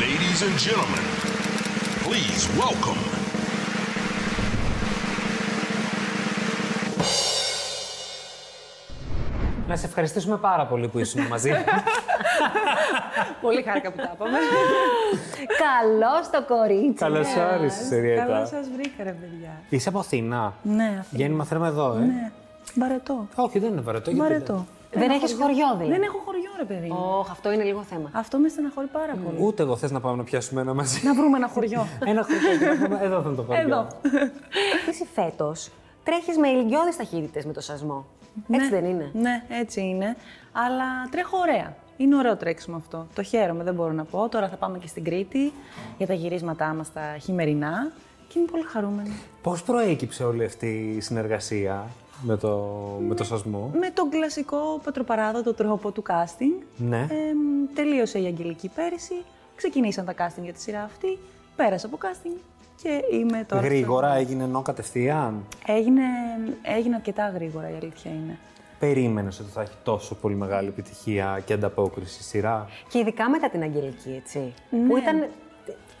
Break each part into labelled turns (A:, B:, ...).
A: Ladies and gentlemen, please welcome.
B: Να σε ευχαριστήσουμε πάρα πολύ που ήσουν μαζί.
C: Πολύ χάρηκα που τα είπαμε.
D: Καλό το κορίτσι.
B: Καλώς όρισε,
C: Καλά
B: Ριέτα.
C: σας βρήκα, ρε παιδιά.
B: Είσαι από Αθήνα.
C: Ναι, αυτό.
B: Γέννημα Θέρμα εδώ, ε.
C: Ναι. Βαρετό.
B: Όχι, δεν είναι βαρετό. γιατί
C: Βαρετό.
D: Δεν έχεις χωριό,
C: Δεν
D: δηλαδή.
C: έχω χωριό, ρε παιδί. μου.
D: Ωχ, αυτό είναι λίγο θέμα.
C: Αυτό με στεναχωρεί πάρα πολύ.
B: δεν- Ούτε εγώ θες να πάμε να πιάσουμε ένα μαζί.
C: Να βρούμε ένα χωριό.
B: ένα χωρικό. να πούμε, Εδώ θα το πάρει.
C: Εδώ.
D: Είσαι φέτος. Τρέχεις με ηλικιώδεις ταχύτητες με το σασμό. Έτσι δεν είναι.
C: Ναι, έτσι είναι. Αλλά τρέχω ωραία. Είναι ωραίο τρέξιμο αυτό. Το χαίρομαι, δεν μπορώ να πω. Τώρα θα πάμε και στην Κρήτη για τα γυρίσματά μας τα χειμερινά. Και είμαι πολύ χαρούμενη.
B: Πώς προέκυψε όλη αυτή η συνεργασία με το, με το σασμό.
C: Με τον κλασικό πατροπαράδοτο τρόπο του casting.
B: Ναι.
C: Εμ, τελείωσε η Αγγελική πέρυσι. Ξεκινήσαν τα casting για τη σειρά αυτή. Πέρασα από casting και είμαι τώρα. στο-
B: Γρήγορα έγινε ενώ κατευθείαν.
C: Έγινε, έγινε αρκετά γρήγορα η αλήθεια είναι.
B: Περίμενες ότι θα έχει τόσο πολύ μεγάλη επιτυχία και ανταπόκριση στη σειρά.
D: Και ειδικά μετά την Αγγελική, έτσι.
C: Ναι.
D: Που ήταν.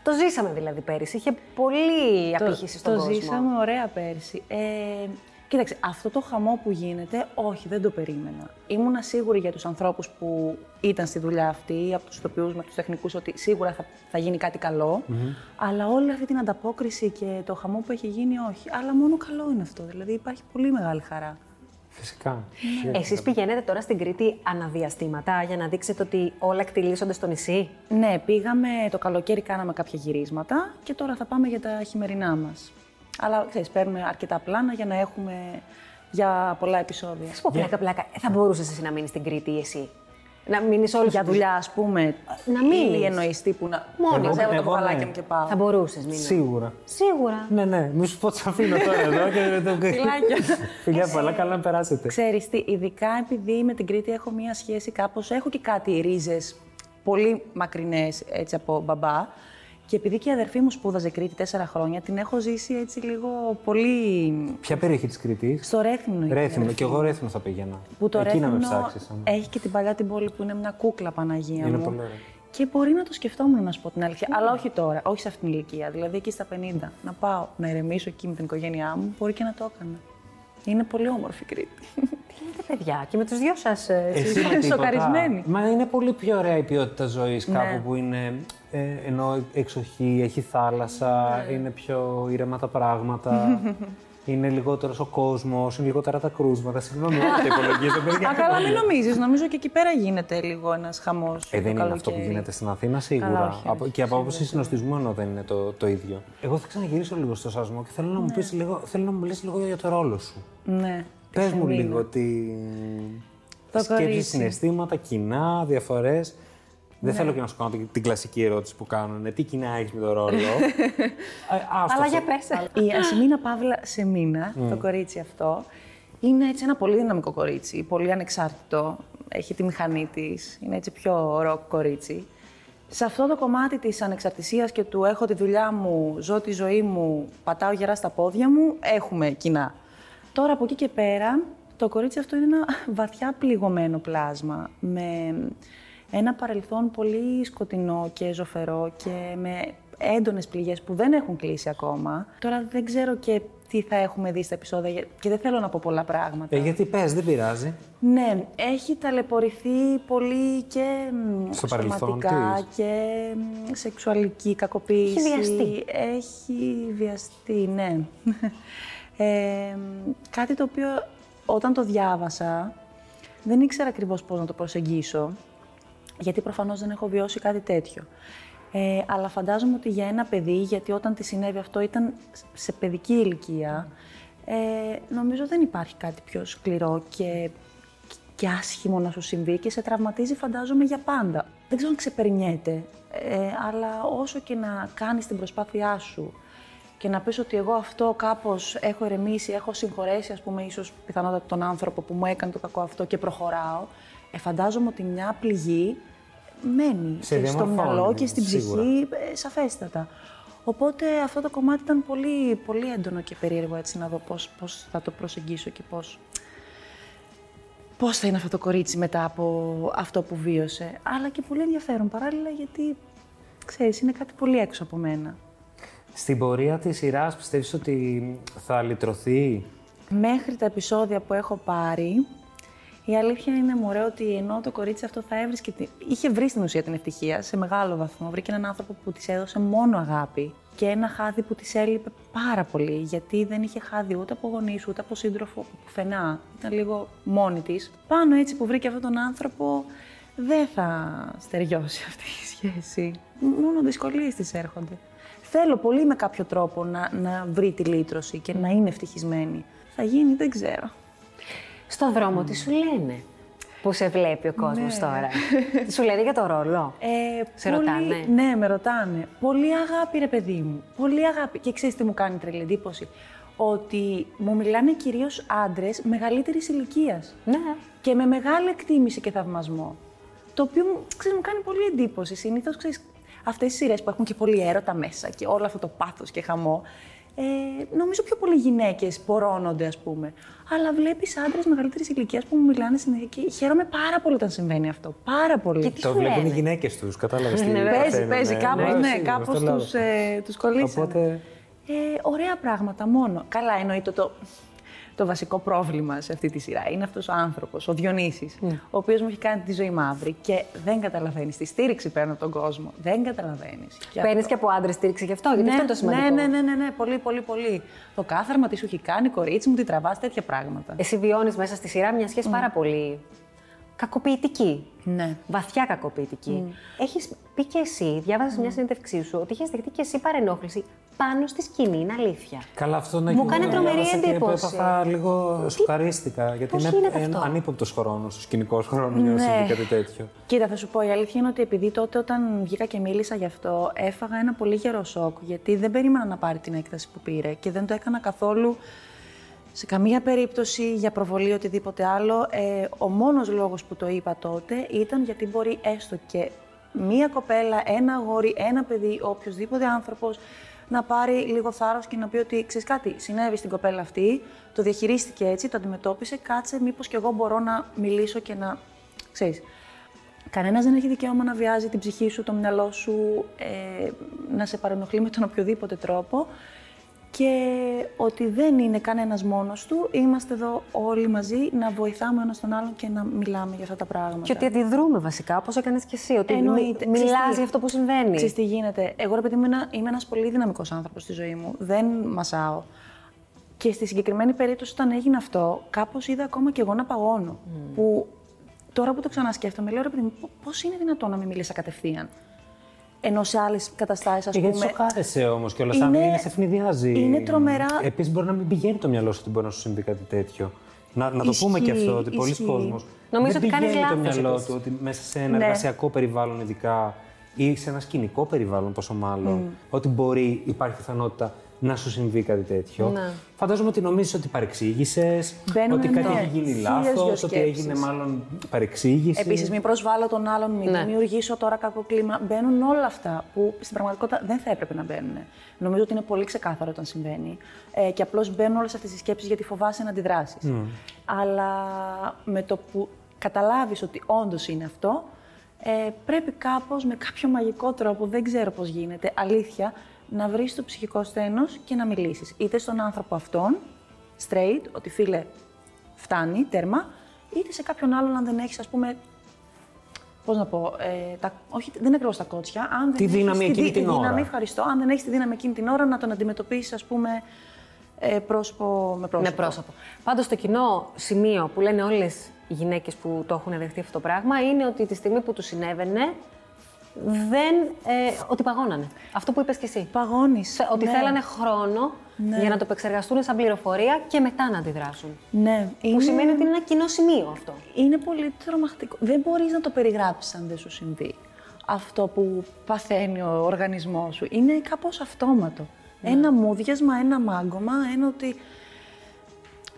D: Το ζήσαμε δηλαδή πέρυσι. Είχε πολύ απήχηση στον
C: το
D: κόσμο.
C: ζήσαμε ωραία πέρσι. Ε, κοίταξε, αυτό το χαμό που γίνεται, όχι, δεν το περίμενα. Ήμουνα σίγουρη για τους ανθρώπους που ήταν στη δουλειά αυτή, από τους τοπιούς με τους τεχνικούς, ότι σίγουρα θα, θα γίνει κάτι καλό. Αλλά όλη αυτή την ανταπόκριση και το χαμό που έχει γίνει, όχι. Αλλά μόνο καλό είναι αυτό. Δηλαδή υπάρχει πολύ μεγάλη χαρά.
B: Φυσικά.
D: Εσείς πηγαίνετε τώρα στην Κρήτη αναδιαστήματα για να δείξετε ότι όλα εκτιλήσονται στο νησί.
C: Ναι, πήγαμε το καλοκαίρι, κάναμε κάποια γυρίσματα και τώρα θα πάμε για τα χειμερινά μας. Αλλά ξέρεις, παίρνουμε αρκετά πλάνα για να έχουμε για πολλά επεισόδια.
D: Τι πω, πλάκα, πλάκα. Ε, Θα μπορούσες εσύ να μείνεις στην Κρήτη, εσύ. Να μείνεις όλη σου
C: Για
D: τη
C: δουλειά, ας πούμε.
D: Να μείνεις.
C: Ή εννοείς τύπου να.
D: Μόνη.
C: Μόνοι.
B: Εγώ-
C: Ξέρω το
B: εγώ ναι.
C: κουβαλάκι μου και πάω.
D: Θα μπορούσες,
C: Ναι.
D: μήνα.
B: Σίγουρα.
D: Σίγουρα.
B: Ναι, ναι, μη σου πω ότι σε αφήνω τώρα εδώ και δεν το Φιλιά πολλά, καλά να περάσετε.
C: Ξέρεις τι, ειδικά επειδή με την Κρήτη έχω μία σχέση κάπως, έχω και κάτι ρίζες πολύ μακρινές έτσι από μπαμπά. Και επειδή και η αδερφή μου σπούδαζε Κρήτη τέσσερα χρόνια, την έχω ζήσει έτσι λίγο πολύ.
B: Ποια περιοχή της Κρήτης,
C: Στο Ρέθυμνο. ήταν,
B: Ρέθυμνο,
C: αδερφή
B: και εγώ Ρέθυμνο θα πήγαινα.
C: Που το
B: Εκεί να με
C: Ρέθυμνο
B: ψάξεις.
C: έχει και την παλιά την πόλη που είναι μια κούκλα Παναγία
B: Είναι
C: μου.
B: πολύ ωραία.
C: Και μπορεί να το σκεφτόμουν να σου πω την αλήθεια. Αλλά όχι τώρα, όχι σε αυτήν την ηλικία. Δηλαδή εκεί στα 50. Να πάω να ηρεμήσω εκεί με την οικογένειά μου, μπορεί και να το έκανα. Είναι πολύ όμορφη η Κρήτη.
D: Τι λέτε, παιδιά, και με τους δυο σας.
C: Εσύ είσαι σοκαρισμένη. Ναι.
B: Μα είναι πολύ πιο ωραία η ποιότητα ζωής κάπου που είναι. ε, ενώ εξοχή, έχει
C: Ναι.
B: θάλασσα, είναι πιο ήρεμα τα πράγματα. είναι λιγότερος ο κόσμος, είναι λιγότερα τα κρούσματα. Συγγνώμη, όλα τα υπολογίζω. παιδιά.
C: Α, καλά, μην νομίζεις. Νομίζω και εκεί πέρα γίνεται λίγο ένας χαμός.
B: Ε, δεν είναι αυτό που γίνεται στην Αθήνα σίγουρα.
C: Καλά, όχι, ναι.
B: από, και από άποψη συνοστισμού ενώ δεν είναι το, το ίδιο. Εγώ θα ξαναγυρίσω λίγο στο σασμό και θέλω να μου πεις λίγο, θέλω να μου λες λίγο για το ρόλο σου.
C: Ναι.
B: Πες μου λίγο τι
C: Το
B: σκέψεις,
C: κορίτσι. Ναι.
B: συναισθήματα, κοινά, διαφορές. Δεν θέλω και να σου κάνω την- την κλασική ερώτηση που κάνουν. Τι κοινά έχεις με το ρόλο. Α, άστο
D: Αλλά
B: αυτό.
D: για πέσε.
C: Η Ασημίνα Παύλα Σεμίνα, το κορίτσι αυτό, είναι έτσι ένα πολύ δυναμικό κορίτσι, πολύ ανεξάρτητο. Έχει τη μηχανή της, είναι έτσι πιο ροκ κορίτσι. Σε αυτό το κομμάτι της ανεξαρτησίας και του έχω τη δουλειά μου, ζω τη ζωή μου, πατάω γερά στα πόδια μου, έχουμε κοινά. Τώρα από εκεί και πέρα, το κορίτσι αυτό είναι ένα βαθιά πληγωμένο πλάσμα με ένα παρελθόν πολύ σκοτεινό και ζωφερό και με έντονες πληγές που δεν έχουν κλείσει ακόμα. Τώρα δεν ξέρω και τι θα έχουμε δει στα επεισόδια για- και δεν θέλω να πω πολλά πράγματα.
B: Ε, γιατί πες, δεν πειράζει.
C: Ναι, έχει ταλαιπωρηθεί πολύ και μ,
B: Στο παρελθόν
C: σωματικά
B: της.
C: και μ, σεξουαλική κακοποίηση.
D: Έχει βιαστεί.
C: Έχει βιαστεί, ναι. Ε, μ, κάτι το οποίο όταν το διάβασα δεν ήξερα ακριβώς πώς να το προσεγγίσω, γιατί προφανώς δεν έχω βιώσει κάτι τέτοιο. Ε, αλλά φαντάζομαι ότι για ένα παιδί, γιατί όταν τη συνέβη αυτό ήταν σε παιδική ηλικία, ε, νομίζω δεν υπάρχει κάτι πιο σκληρό και και άσχημο να σου συμβεί και σε τραυματίζει φαντάζομαι για πάντα. Δεν ξέρω αν ξεπερνιέται, ε, αλλά όσο και να κάνεις την προσπάθειά σου και να πεις ότι εγώ αυτό κάπως έχω ερεμήσει, έχω συγχωρέσει ας πούμε ίσως πιθανότατα τον άνθρωπο που μου έκανε το κακό αυτό και προχωράω, ε, φαντάζομαι ότι μια πληγή μένει
B: Σε
C: και στο
B: διαμορφώνει,
C: μυαλό και στην
B: σίγουρα.
C: ψυχή ε, σαφέστατα. Οπότε αυτό το κομμάτι ήταν πολύ, πολύ έντονο και περίεργο έτσι να δω πώς, πώς θα το προσεγγίσω και πώς πώς θα είναι αυτό το κορίτσι μετά από αυτό που βίωσε. Αλλά και πολύ ενδιαφέρον παράλληλα γιατί ξέρεις, είναι κάτι πολύ έξω από μένα.
B: Στην πορεία της σειράς πιστεύεις ότι θα λυτρωθεί.
C: Μέχρι τα επεισόδια που έχω πάρει, η αλήθεια είναι μωρέ ότι ενώ το κορίτσι αυτό θα έβρισκε. τη- Είχε βρει στην ουσία την ευτυχία σε μεγάλο βαθμό. Βρήκε έναν άνθρωπο που της έδωσε μόνο αγάπη και ένα χάδι που της έλειπε πάρα πολύ. Γιατί δεν είχε χάδι ούτε από γονείς, ούτε από σύντροφο, πουθενά. Ήταν λίγο μόνη της. Πάνω έτσι που βρήκε αυτόν τον άνθρωπο, δεν θα στεριώσει αυτή η σχέση. Μόνο δυσκολίες της έρχονται. Θέλω πολύ με κάποιο τρόπο να, να βρει τη λύτρωση και να είναι ευτυχισμένη. Θα γίνει, δεν ξέρω.
D: Στον δρόμο τι σου λένε που σε βλέπει ο κόσμος τώρα. Τι σου λένε για το ρόλο.
C: Ε,
D: Σε
C: πολύ-
D: ρωτάνε.
C: Ναι, με ρωτάνε. Πολύ αγάπη, ρε παιδί μου. Πολύ αγάπη. Και ξέρεις τι μου κάνει τρελή εντύπωση. Ότι μου μιλάνε κυρίως άντρες μεγαλύτερης ηλικίας.
D: Ναι.
C: Και με μεγάλη εκτίμηση και θαυμασμό. Το οποίο μου, ξέρεις, μου κάνει πολύ εντύπωση. Συνήθως ξέρεις αυτές οι σειρές που έχουν και πολύ έρωτα μέσα και όλο αυτό το πάθος και χαμό. Ε, νομίζω πιο πολλοί γυναίκες πορώνονται, ας πούμε. Αλλά βλέπεις άντρες μεγαλύτερης ηλικίας που μου μιλάνε συνέχεια. και Χαίρομαι πάρα πολύ όταν συμβαίνει αυτό. Πάρα πολύ.
D: Και τι
B: Το
D: σου
B: βλέπουν οι
D: λένε.
B: γυναίκες τους, κατάλαβες.
D: Ναι,
C: Παίζει, παίζει, κάπως, ναι, κάπως τους, ε, τους κολλήσανε.
B: Οπότε-
C: Ε, ωραία πράγματα μόνο. Καλά, εννοείται το, το βασικό πρόβλημα σε αυτή τη σειρά. Είναι αυτός ο άνθρωπος, ο Διονύσης, ο οποίος μου έχει κάνει τη ζωή μαύρη και δεν καταλαβαίνεις. Τη στήριξη παίρνω από τον κόσμο. Δεν καταλαβαίνεις. Και
D: Παίρνεις
C: αυτό-
D: και από άντρες στήριξη γι' αυτό, γιατί αυτό είναι το σημαντικό.
C: ναι, ναι, ναι, ναι, ναι, πολύ, πολύ, πολύ. Το κάθαρμα τι σου έχει κάνει, κορίτσι μου, τι τραβάς, τέτοια πράγματα.
D: Εσύ βιώνεις μέσα στη σειρά μια σχέση πάρα πολύ κακοποιητική.
C: Ναι.
D: Βαθιά κακοποιητική. Έχεις Έχεις πει και εσύ, διάβαζα σε μια συνέντευξή σου, ότι είχες δεχτεί και εσύ παρενόχληση πάνω στη σκηνή. Είναι αλήθεια.
B: Καλά, αυτό να
D: Μου
B: γίνει,
D: κάνει
B: να
D: τρομερή
B: διάβασα και
D: εντύπωση.
B: Έπαθα λίγο σοκαρίστηκα. Γιατί
D: Πώς
B: είναι
D: γίνεται
B: ένα
D: αυτό? Ναι.
B: ανύποπτος χρόνος, ο σκηνικός χρόνος για να συμβεί κάτι τέτοιο.
C: Κοίτα, θα σου πω, η αλήθεια είναι ότι επειδή τότε όταν βγήκα και μίλησα γι' αυτό, έφαγα ένα πολύ γερό σοκ, γιατί δεν περίμενα να πάρει την έκταση που πήρε και δεν το έκανα καθόλου σε καμία περίπτωση για προβολή ή οτιδήποτε άλλο. Ε, ο μόνος λόγος που το είπα τότε ήταν γιατί μπορεί έστω και μία κοπέλα, ένα αγόρι, ένα παιδί, οποιοδήποτε άνθρωπος να πάρει λίγο θάρρος και να πει ότι ξέρεις κάτι, συνέβη στην κοπέλα αυτή, το διαχειρίστηκε έτσι, το αντιμετώπισε, κάτσε μήπως και εγώ μπορώ να μιλήσω και να... Ξέρεις, Κανένας δεν έχει δικαίωμα να βιάζει την ψυχή σου, το μυαλό σου, ε, να σε παρενοχλεί με τον οποιοδήποτε τρόπο και ότι δεν είναι κανένας μόνος του, είμαστε εδώ όλοι μαζί να βοηθάμε ένας τον άλλον και να μιλάμε για αυτά τα πράγματα.
D: Και ότι αντιδρούμε βασικά, όπως έκανες και εσύ. Ότι
C: Εννοείται.
D: μιλάς
C: Ξέρεις τι-
D: για αυτό που συμβαίνει.
C: Ξέρεις τι γίνεται. Εγώ, ρε παιδί μου, είμαι- είμαι ένας πολύ δυναμικός άνθρωπος στη ζωή μου. Δεν μασάω. Και στη συγκεκριμένη περίπτωση, όταν έγινε αυτό, κάπως είδα ακόμα και εγώ να παγώνω.
D: Mm.
C: Που τώρα που το ξανασκέφτομαι, λέω, ρε παιδί μου, πο- πώς είναι δυνατόν να μην μίλησα κατευθείαν. Ενώ σε άλλες καταστάσεις,
D: Ε,
C: ας
B: Και Ε, γιατί
C: πούμε,
B: σοκάρεσαι όμω και όλα αυτά,
C: Είναι-
B: σε ευνηδιάζει.
C: είναι τρομερά-
B: Επίσης, μπορεί να μην πηγαίνει το μυαλό σου ότι μπορεί να σου συμβεί κάτι τέτοιο. Να, να το
C: Ισχύει,
B: πούμε και αυτό, ότι
C: ισχύει.
B: πολλοί κόσμοι.
D: Νομίζω
B: δεν
D: ότι κάνεις
B: πηγαίνει το
D: λάθος
B: μυαλό
D: επίσης.
B: του ότι μέσα σε ένα
C: Ναι.
B: εργασιακό περιβάλλον, ειδικά ή σε ένα σκηνικό περιβάλλον, πόσο μάλλον,
C: Mm.
B: ότι μπορεί, υπάρχει πιθανότητα να σου συμβεί κάτι τέτοιο. Φαντάζομαι ότι νομίζεις ότι παρεξήγησες,
C: Ναι. Μπαίνουμε
B: ότι κάτι
C: ναι.
B: έχει γίνει
C: Χίλιες
B: λάθος,
C: δυο
B: ότι έγινε
C: σκέψεις.
B: μάλλον παρεξήγηση.
C: Επίσης, μην προσβάλλω τον άλλον, μην δημιουργήσω τώρα κακό κλίμα. Μπαίνουν όλα αυτά που στην πραγματικότητα δεν θα έπρεπε να μπαίνουν. Νομίζω ότι είναι πολύ ξεκάθαρο όταν συμβαίνει. Ε, και απλώς μπαίνουν όλες αυτές οι σκέψεις γιατί φοβάσαι να αντιδράσεις. Αλλά με το που καταλάβεις ότι όντως είναι αυτό, ε, πρέπει κάπως με κάποιο μαγικό τρόπο, δεν ξέρω πώς γίνεται, αλήθεια, να βρεις το ψυχικό στένος και να μιλήσεις. Είτε στον άνθρωπο αυτόν, straight, ότι φίλε, φτάνει, τέρμα, είτε σε κάποιον άλλον αν δεν έχεις, ας πούμε, πώς να πω, ε, τα, όχι, δεν είναι ακριβώς τα κότσια, αν δεν
B: Τη
C: έχεις
B: δύναμη
C: τη
B: εκείνη
C: δύ- τη
B: την
C: δύναμη,
B: ώρα.
C: ευχαριστώ, αν δεν έχεις τη δύναμη εκείνη την ώρα να τον αντιμετωπίσεις, ας πούμε, ε, πρόσωπο με πρόσωπο.
D: Με Ναι, πρόσωπο. Πάντως το κοινό σημείο που λένε όλες οι γυναίκες που το έχουν δεχτεί αυτό το πράγμα είναι ότι τη στιγμή που του συνέβαινε, δεν, ε, ότι παγώνανε. Αυτό που είπες και εσύ.
C: Παγώνεις.
D: Σε- Ότι
C: ναι.
D: θέλανε χρόνο για να το επεξεργαστούν σαν πληροφορία και μετά να αντιδράσουν.
C: Ναι,
D: Που σημαίνει ότι είναι ένα κοινό σημείο αυτό.
C: είναι πολύ τρομακτικό. Δεν μπορείς να το περιγράψεις αν δεν σου συμβεί αυτό που παθαίνει ο οργανισμός σου. Είναι κάπως αυτόματο.
B: Ναι.
C: Ένα μούδιασμα, ένα μάγκωμα, ένα ότι...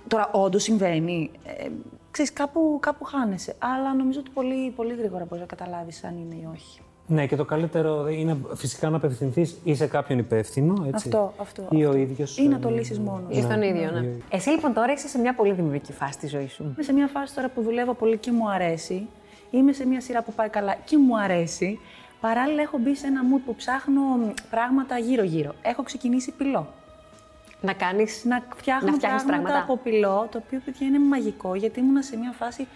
C: Τώρα όντως συμβαίνει. Ε, ξέρεις, κάπου, κάπου χάνεσαι. Αλλά νομίζω ότι πολύ, πολύ γρήγορα μπορείς να καταλάβεις αν είναι ή όχι.
B: Ναι, και το καλύτερο είναι φυσικά να απευθυνθείς ή σε κάποιον υπεύθυνο. Έτσι,
C: Αυτό, αυτό,
B: Ή
C: αυτό.
B: ο ίδιος.
C: Ή να το λύσεις μόνος.
D: Είσαι τον ίδιο, ναι. Εσύ λοιπόν τώρα είσαι σε μια πολύ δημιουργική φάση στη ζωή σου.
C: Είμαι σε μια φάση τώρα που δουλεύω πολύ και μου αρέσει. Είμαι σε μια σειρά που πάει καλά και μου αρέσει. Παράλληλα, έχω μπει σε ένα mood που ψάχνω πράγματα γύρω-γύρω. Έχω ξεκινήσει πυλό.
D: Να κάνεις...
C: Να φτιάχνω
D: Να φτιάχνεις
C: πράγματα,
D: πράγματα.
C: από πυλό, το οποίο παιδιά είναι μαγικό, γιατί ήμουνα σε μια φάση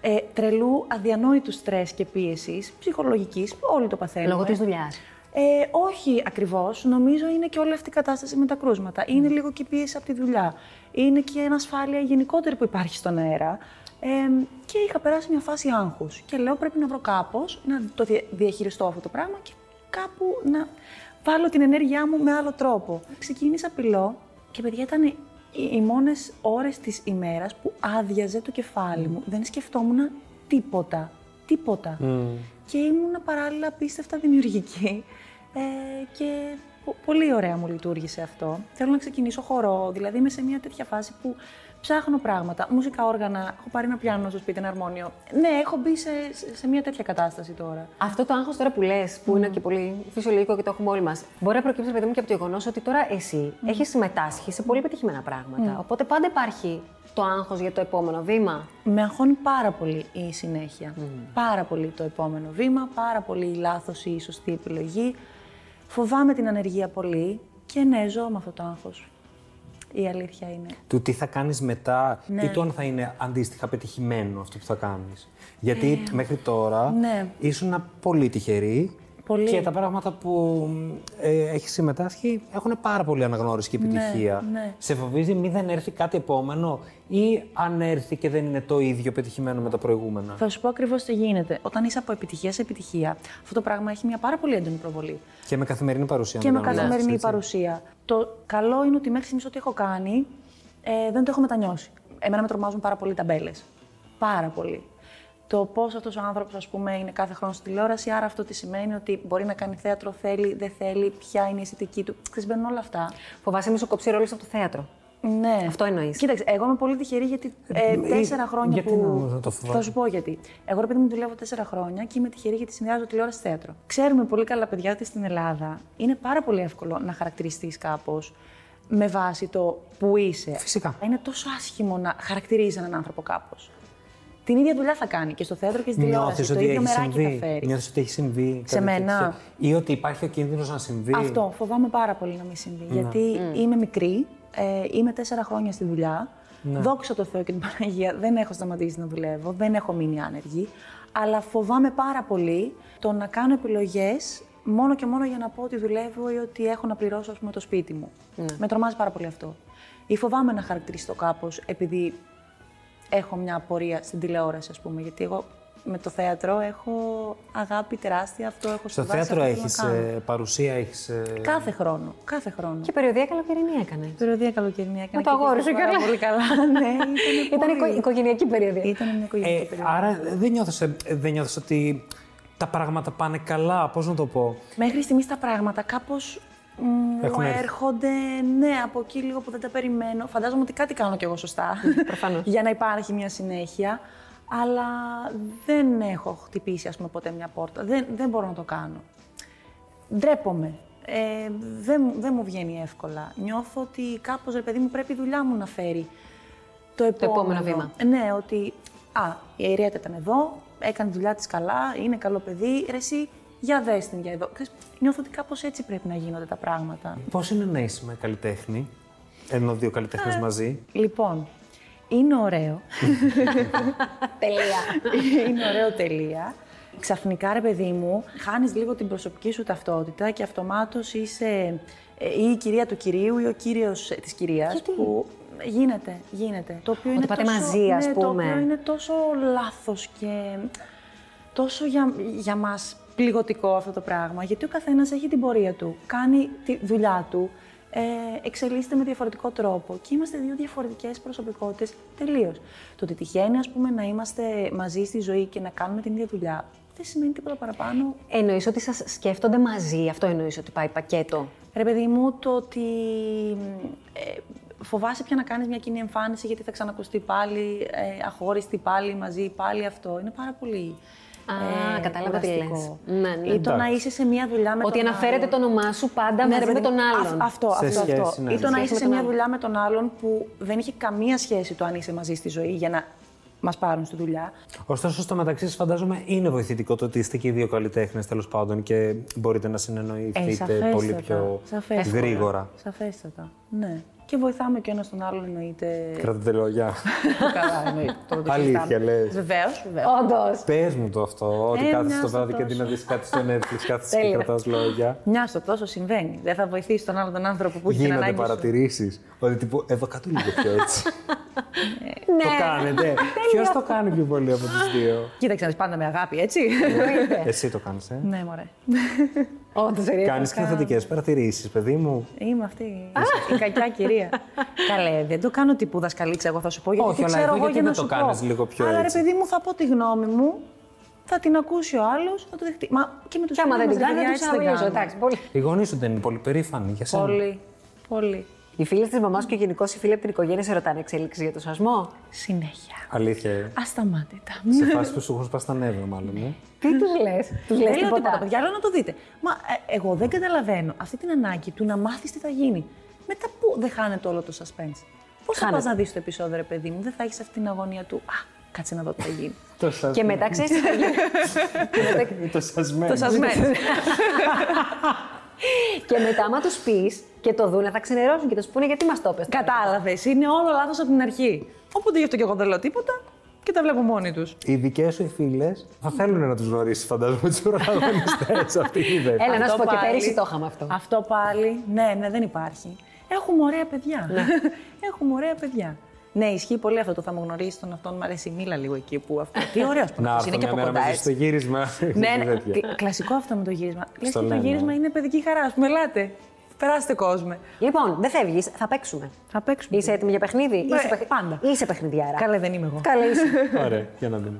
C: ε, τρελού, αδιανόητου στρες και πίεσης, ψυχολογικής, όλοι το παθαίνουμε.
D: Λόγω της δουλειάς.
C: Ε, όχι ακριβώς. Νομίζω είναι και όλη αυτή η κατάσταση με τα κρούσματα. Είναι λίγο και η πίεση από τη δουλειά. Είναι και η ανασφάλεια γενικότερη που υπάρχει στον αέρα. Ε, και είχα περάσει μια φάση άγχους. Και λέω: Πρέπει να βρω κάπως να το δια- διαχειριστώ αυτό το πράγμα και κάπου να βάλω την ενέργειά μου με άλλο τρόπο. Ξεκίνησα πυλό και παιδιά ήταν οι- οι μόνες ώρες της ημέρας που άδειαζε το κεφάλι μου. Δεν σκεφτόμουν τίποτα. Τίποτα και ήμουν παράλληλα απίστευτα δημιουργική ε, και πο- πολύ ωραία μου λειτουργήσε αυτό. Θέλω να ξεκινήσω χορό, δηλαδή είμαι σε μια τέτοια φάση που ψάχνω πράγματα, μουσικά όργανα, έχω πάρει ένα πιάνο στο σπίτι, ένα αρμόνιο. Ναι, έχω μπει σε, σε, σε μια τέτοια κατάσταση τώρα.
D: Αυτό το άγχος τώρα που λες, που
C: Mm.
D: είναι και πολύ φυσιολογικό και το έχουμε όλοι μας, μπορεί να προκύψει παιδί μου και από το γεγονός ότι τώρα εσύ
C: Mm.
D: έχεις συμμετάσχει σε πολύ πετυχημένα πράγματα. Οπότε πάντα υπάρχει το άγχος για το επόμενο βήμα.
C: Με αγχώνει πάρα πολύ η συνέχεια. Πάρα πολύ το επόμενο βήμα, πάρα πολύ η λάθος ή η σωστή επιλογή. Φοβάμαι την ανεργία πολύ και ναι, ζω με αυτό το άγχος. Η αλήθεια είναι.
B: του τι θα κάνεις μετά
C: Ναι.
B: ή το αν θα είναι αντίστοιχα πετυχημένο αυτό που θα κάνεις. Γιατί μέχρι τώρα
C: ναι.
B: ήσουν πολύ τυχερή
C: Πολύ.
B: και τα πράγματα που ε, έχεις συμμετάσχει έχουν πάρα πολύ αναγνώριση και επιτυχία.
C: ναι.
B: Σε φοβίζει μη δεν έρθει κάτι επόμενο ή αν έρθει και δεν είναι το ίδιο πετυχημένο με τα προηγούμενα.
C: Θα σου πω ακριβώς τι γίνεται. Όταν είσαι από επιτυχία σε επιτυχία, αυτό το πράγμα έχει μια πάρα πολύ έντονη προβολή.
B: Και με καθημερινή παρουσία.
C: Και
B: αν
C: με
B: δεν κάνω λάθος,
C: καθημερινή
B: Ναι, έτσι.
C: παρουσία. Το καλό είναι ότι μέχρι στιγμής ό,τι έχω κάνει ε, δεν το έχω μετανιώσει. Εμένα με τρομάζουν πάρα πολύ τα μπέλε. Πάρα πολύ. Το πώς αυτός ο άνθρωπος, ας πούμε, είναι κάθε χρόνο στη τηλεόραση, άρα αυτό τι σημαίνει ότι μπορεί να κάνει θέατρο, θέλει, δεν θέλει, ποια είναι η αισθητική του. Ξέρεις, μπαίνουν όλα αυτά.
D: Φοβάσαι μη σου κοψεί ρόλο από το θέατρο.
C: Ναι.
D: Αυτό εννοείς.
C: Κοίταξε, εγώ είμαι πολύ τυχερή γιατί ε, τέσσερα χρόνια
B: γιατί
C: που.
B: να- να το φοβάσαι.
C: θα σου πω γιατί. Εγώ ρε παιδί μου δουλεύω τέσσερα χρόνια και είμαι τυχερή γιατί συνδυάζω τηλεόραση θέατρο. Ξέρουμε πολύ καλά, παιδιά, ότι στην Ελλάδα είναι πάρα πολύ εύκολο να χαρακτηριστείς κάπως με βάση το που είσαι.
B: Φυσικά.
C: Είναι τόσο άσχημο να χαρακτηρίζεις έναν άνθρωπο κάπως. Την ίδια δουλειά θα κάνει και στο θέατρο και στην τηλεόραση.
B: Νιώθεις
C: Το
B: ότι
C: ίδιο
B: έχει
C: μεράκι θα
B: συμβεί.
C: φέρει.
B: Νιώθεις ότι έχει συμβεί.
C: Σε
B: κάτι
C: μένα.
B: τέτοιο. Ή ότι υπάρχει ο κίνδυνος να συμβεί. Ναι.
C: Αυτό φοβάμαι πάρα πολύ να μην συμβεί. Γιατί είμαι μικρή, ε, είμαι τέσσερα χρόνια στη δουλειά.
B: Ναι.
C: Δόξα τω Θεώ και την Παναγία, δεν έχω σταματήσει να δουλεύω, δεν έχω μείνει άνεργη. Αλλά φοβάμαι πάρα πολύ το να κάνω επιλογές μόνο και μόνο για να πω ότι δουλεύω ή ότι έχω να πληρώσω ας πούμε, το σπίτι μου. Με τρομάζει πάρα πολύ αυτό. Ή φοβάμαι να χαρακτηριστώ κάπως επειδή έχω μια απορία στην τηλεόραση, ας πούμε. Γιατί εγώ με το θέατρο έχω αγάπη τεράστια, αυτό έχω
B: Στο
C: σπουδάσει,
B: θέατρο
C: αυτό θέλω να
B: έχεις
C: κάνω.
B: ε, παρουσία, έχεις... ε,
C: Κάθε χρόνο. Κάθε χρόνο.
D: Και περιοδία καλοκαιρινή έκανες.
C: περιοδία καλοκαιρινή έκανα.
D: Με το
C: και
D: αγόρι σου
C: πήγα πάρα
D: κιόλας.
C: Πολύ καλά. ναι,
D: Ήταν
C: ήταν
D: οικο-
C: πολύ...
D: οικογενειακή περιοδία.
C: Ήταν μια οικογενειακή
B: Ε,
C: περίοδο.
B: άρα δεν νιώθεις, ε, δεν νιώθεις ότι τα πράγματα πάνε καλά, πώς να το πω.
C: Μέχρι στιγμής τα πράγματα κάπως μου
B: Έχουν έρθει.
C: έρχονται, ναι, από εκεί λίγο που δεν τα περιμένω. Φαντάζομαι ότι κάτι κάνω κι εγώ σωστά.
D: προφανώς.
C: για να υπάρχει μια συνέχεια. Αλλά δεν έχω χτυπήσει, ας πούμε, ποτέ μια πόρτα. Δεν, δεν μπορώ να το κάνω. Ντρέπομαι. Ε, δεν, μου- δεν μου βγαίνει εύκολα. Νιώθω ότι κάπως, ρε παιδί μου, πρέπει η δουλειά μου να φέρει το επόμενο,
D: επόμενο βήμα.
C: Ναι, ότι α, η Αιρέτα ήταν εδώ, έκανε τη δουλειά της καλά, είναι καλό παιδί, ρε εσύ, για δες την για εδώ. Ξέρεις, νιώθω ότι κάπως έτσι πρέπει να γίνονται τα πράγματα.
B: Πώς είναι να είσαι με καλλιτέχνη, ενώ δύο καλλιτέχνες
C: Ε.
B: μαζί.
C: Λοιπόν, είναι ωραίο.
D: Τελεία.
C: είναι ωραίο τελεία. Ξαφνικά, ρε παιδί μου, χάνεις λίγο την προσωπική σου ταυτότητα και αυτομάτως είσαι ε, ή η κυρία του κυρίου ή ο κύριος ε, της κυρίας
D: Γιατί?
C: που γίνεται, γίνεται. Το οποίο
D: Ότι
C: είναι
D: πάτε
C: τόσο,
D: μαζί, ας
C: ναι, Το
D: πούμε.
C: οποίο είναι τόσο λάθος και τόσο για, για μας πληγωτικό αυτό το πράγμα, γιατί ο καθένας έχει την πορεία του, κάνει τη δουλειά του, ε, εξελίσσεται με διαφορετικό τρόπο και είμαστε δύο διαφορετικές προσωπικότητες τελείως. Το ότι τυχαίνει, ας πούμε, να είμαστε μαζί στη ζωή και να κάνουμε την ίδια δουλειά, δεν σημαίνει τίποτα παραπάνω.
D: Εννοείς ότι σας σκέφτονται μαζί. Αυτό εννοείς ότι πάει πακέτο.
C: Ρε παιδί μου, το ότι ε, φοβάσαι πια να κάνεις μια κοινή εμφάνιση γιατί θα ξανακουστεί πάλι, ε, αχώριστη πάλι, μαζί πάλι αυτό, είναι πάρα πολύ
D: Α, κατάλαβα τι λες.
C: κουραστικό.
D: Ναι, ναι.
C: Ή το να είσαι σε μια δουλειά με
D: Ότι
C: τον
D: αναφέρεται
C: άλλον.
D: το όνομά σου πάντα
C: Ναι, ρε
D: μαζί με
C: παιδί
D: τον
C: μου.
D: άλλον.
C: Α, αυτό,
B: Σε
C: αυτό,
B: σχέση,
C: αυτό.
B: ναι.
C: Ή το
B: Σε
C: να
D: σχέση
C: είσαι
D: με
C: σε
D: τον
C: μια
D: άλλον.
C: δουλειά με τον άλλον που δεν είχε καμία σχέση το αν είσαι μαζί στη ζωή για να μας πάρουν στη δουλειά.
B: Ωστόσο, στο μεταξύ σας φαντάζομαι είναι βοηθητικό το ότι είστε και οι δύο καλλιτέχνες τέλος πάντων και μπορείτε να συνεννοηθείτε
C: Ε, σαφέστατα,
B: Ε, πολύ πιο
C: σαφέστατα.
B: γρήγορα.
C: Σαφέστατα. Ναι. Και βοηθάμε και ένας τον άλλον, εννοείται.
B: Κρατάτε λόγια.
C: Καλά, εννοείται. Το
B: Αλήθεια, λες.
C: Βεβαίως, βεβαίως.
D: Όντως.
B: Πες μου το αυτό, ότι
C: Ε,
B: κάθεσαι το
C: μοιάζω
B: βράδυ και αντί να δεις κάτι στο Netflix, κάθεσαι και
D: Τέλεια.
B: κρατάς λόγια.
C: Μια στο τόσο συμβαίνει. Δεν θα βοηθήσει τον άλλον τον άνθρωπο που έχει την
B: Γίνονται
C: ανάγκη. σου.
B: παρατηρήσεις. Ότι τύπου, εδώ κάτω λίγο πιο έτσι.
D: Ναι.
B: Το κάνετε. Ποιος το κάνει πιο πολύ από τους δύο.
C: Κοίταξε να δεις πάντα με αγάπη, έτσι.
B: Εσύ το κάνεις, ε.
C: ναι, μωρέ.
D: Όντως,
B: Κάνει και θετικές παρατηρήσεις, παιδί μου.
C: Είμαι αυτή η κακιά κυρία. Καλέ, δεν το κάνω τύπου δασκαλίτσα, εγώ θα σου πω. Γιατί
B: Όχι,
C: τι
B: αλλά
C: ξέρω
B: εδώ
C: εγώ
B: γιατί
C: για να
B: δεν το
C: σου πω.
B: κάνεις λίγο πιο
C: Αλλά ρε
B: έτσι.
C: παιδί μου, θα πω τη γνώμη μου, θα την ακούσει ο άλλος, θα το δεχτεί. Μα και με τους
D: Και άμα δεν την κάνει, θα του συναγωνίζω. Εντάξει, πολύ.
B: Οι γονείς σου δεν είναι πολύ περήφανοι για σένα.
C: Πολύ. Πολύ.
D: Οι φίλες της μαμάς και γενικώ οι φίλοι από την οικογένεια σε ρωτάνε εξέλιξη για το σασμό.
C: Συνέχεια.
B: Αλήθεια. ε.
C: Ασταμάτητα.
B: Σε φάση που σου έχουν σπάσει τα νεύρα, μάλλον. ε.
D: Τι τους λες, τους λες
C: Δεν λέω τίποτα,
D: τίποτα.
C: παιδιά, λέω να το δείτε. Μα ε, εγώ δεν καταλαβαίνω αυτή την ανάγκη του να μάθεις τι θα γίνει. Μετά πού δεν χάνεται όλο το suspense. Πώς θα πα
D: Χάνεται.
C: να δεις το επεισόδιο, ρε παιδί μου, δεν θα έχεις αυτή την αγωνία του. Α, κάτσε να δω τι θα γίνει.
B: Το σας...
D: Και μετά ξέρεις τι θα γίνει. Και μετά-
B: Το σασμένο.
C: το suspense.
D: Και μετά, άμα τους πεις και το δούνε, θα ξενερώσουν και το πούνε γιατί μας το πες.
C: Κατάλαβες, είναι όλο λάθος από την αρχή. Οπότε γι' αυτό και εγώ δεν λέω τίποτα και τα βλέπω μόνοι τους.
B: Οι δικές σου οι φίλες θα θέλουν να τους γνωρίσεις, φαντάζομαι, τους πρωταγωνιστές αυτή η ιδέα.
D: Έλα, να σου πω και πέρυσι το είχαμε αυτό.
C: Αυτό πάλι, ναι, ναι, δεν υπάρχει. Έχουμε ωραία παιδιά.
D: Ναι.
C: Έχουμε ωραία παιδιά. Ναι, ισχύει πολύ αυτό το θα μου γνωρίσει τον αυτόν. Μ' αρέσει, μίλα λίγο εκεί που αυτό. Τι ωραίος που
B: Να
C: είναι
B: έρθω
C: και
B: μια
C: από
B: μέρα
C: κοντά
B: μαζί
C: έτσι.
B: στο γύρισμα.
C: Ναι, ναι.
B: τέτοια.
C: Τι- Κλασικό αυτό με το γύρισμα. Λες
B: Στο
C: και το
B: λένε,
C: γύρισμα
B: ναι.
C: είναι παιδική χαρά. Ας πούμε, ελάτε. Περάστε κόσμο.
D: Λοιπόν, δεν φεύγεις, θα παίξουμε.
C: Θα παίξουμε.
D: Είσαι έτοιμη για παιχνίδι.
C: Ναι,
D: Είσαι παιχ-
C: πάντα.
D: Είσαι παιχνιδιάρα.
C: Καλέ, δεν είμαι εγώ.
D: Καλέ είσαι.
B: Ωραία, για να δούμε.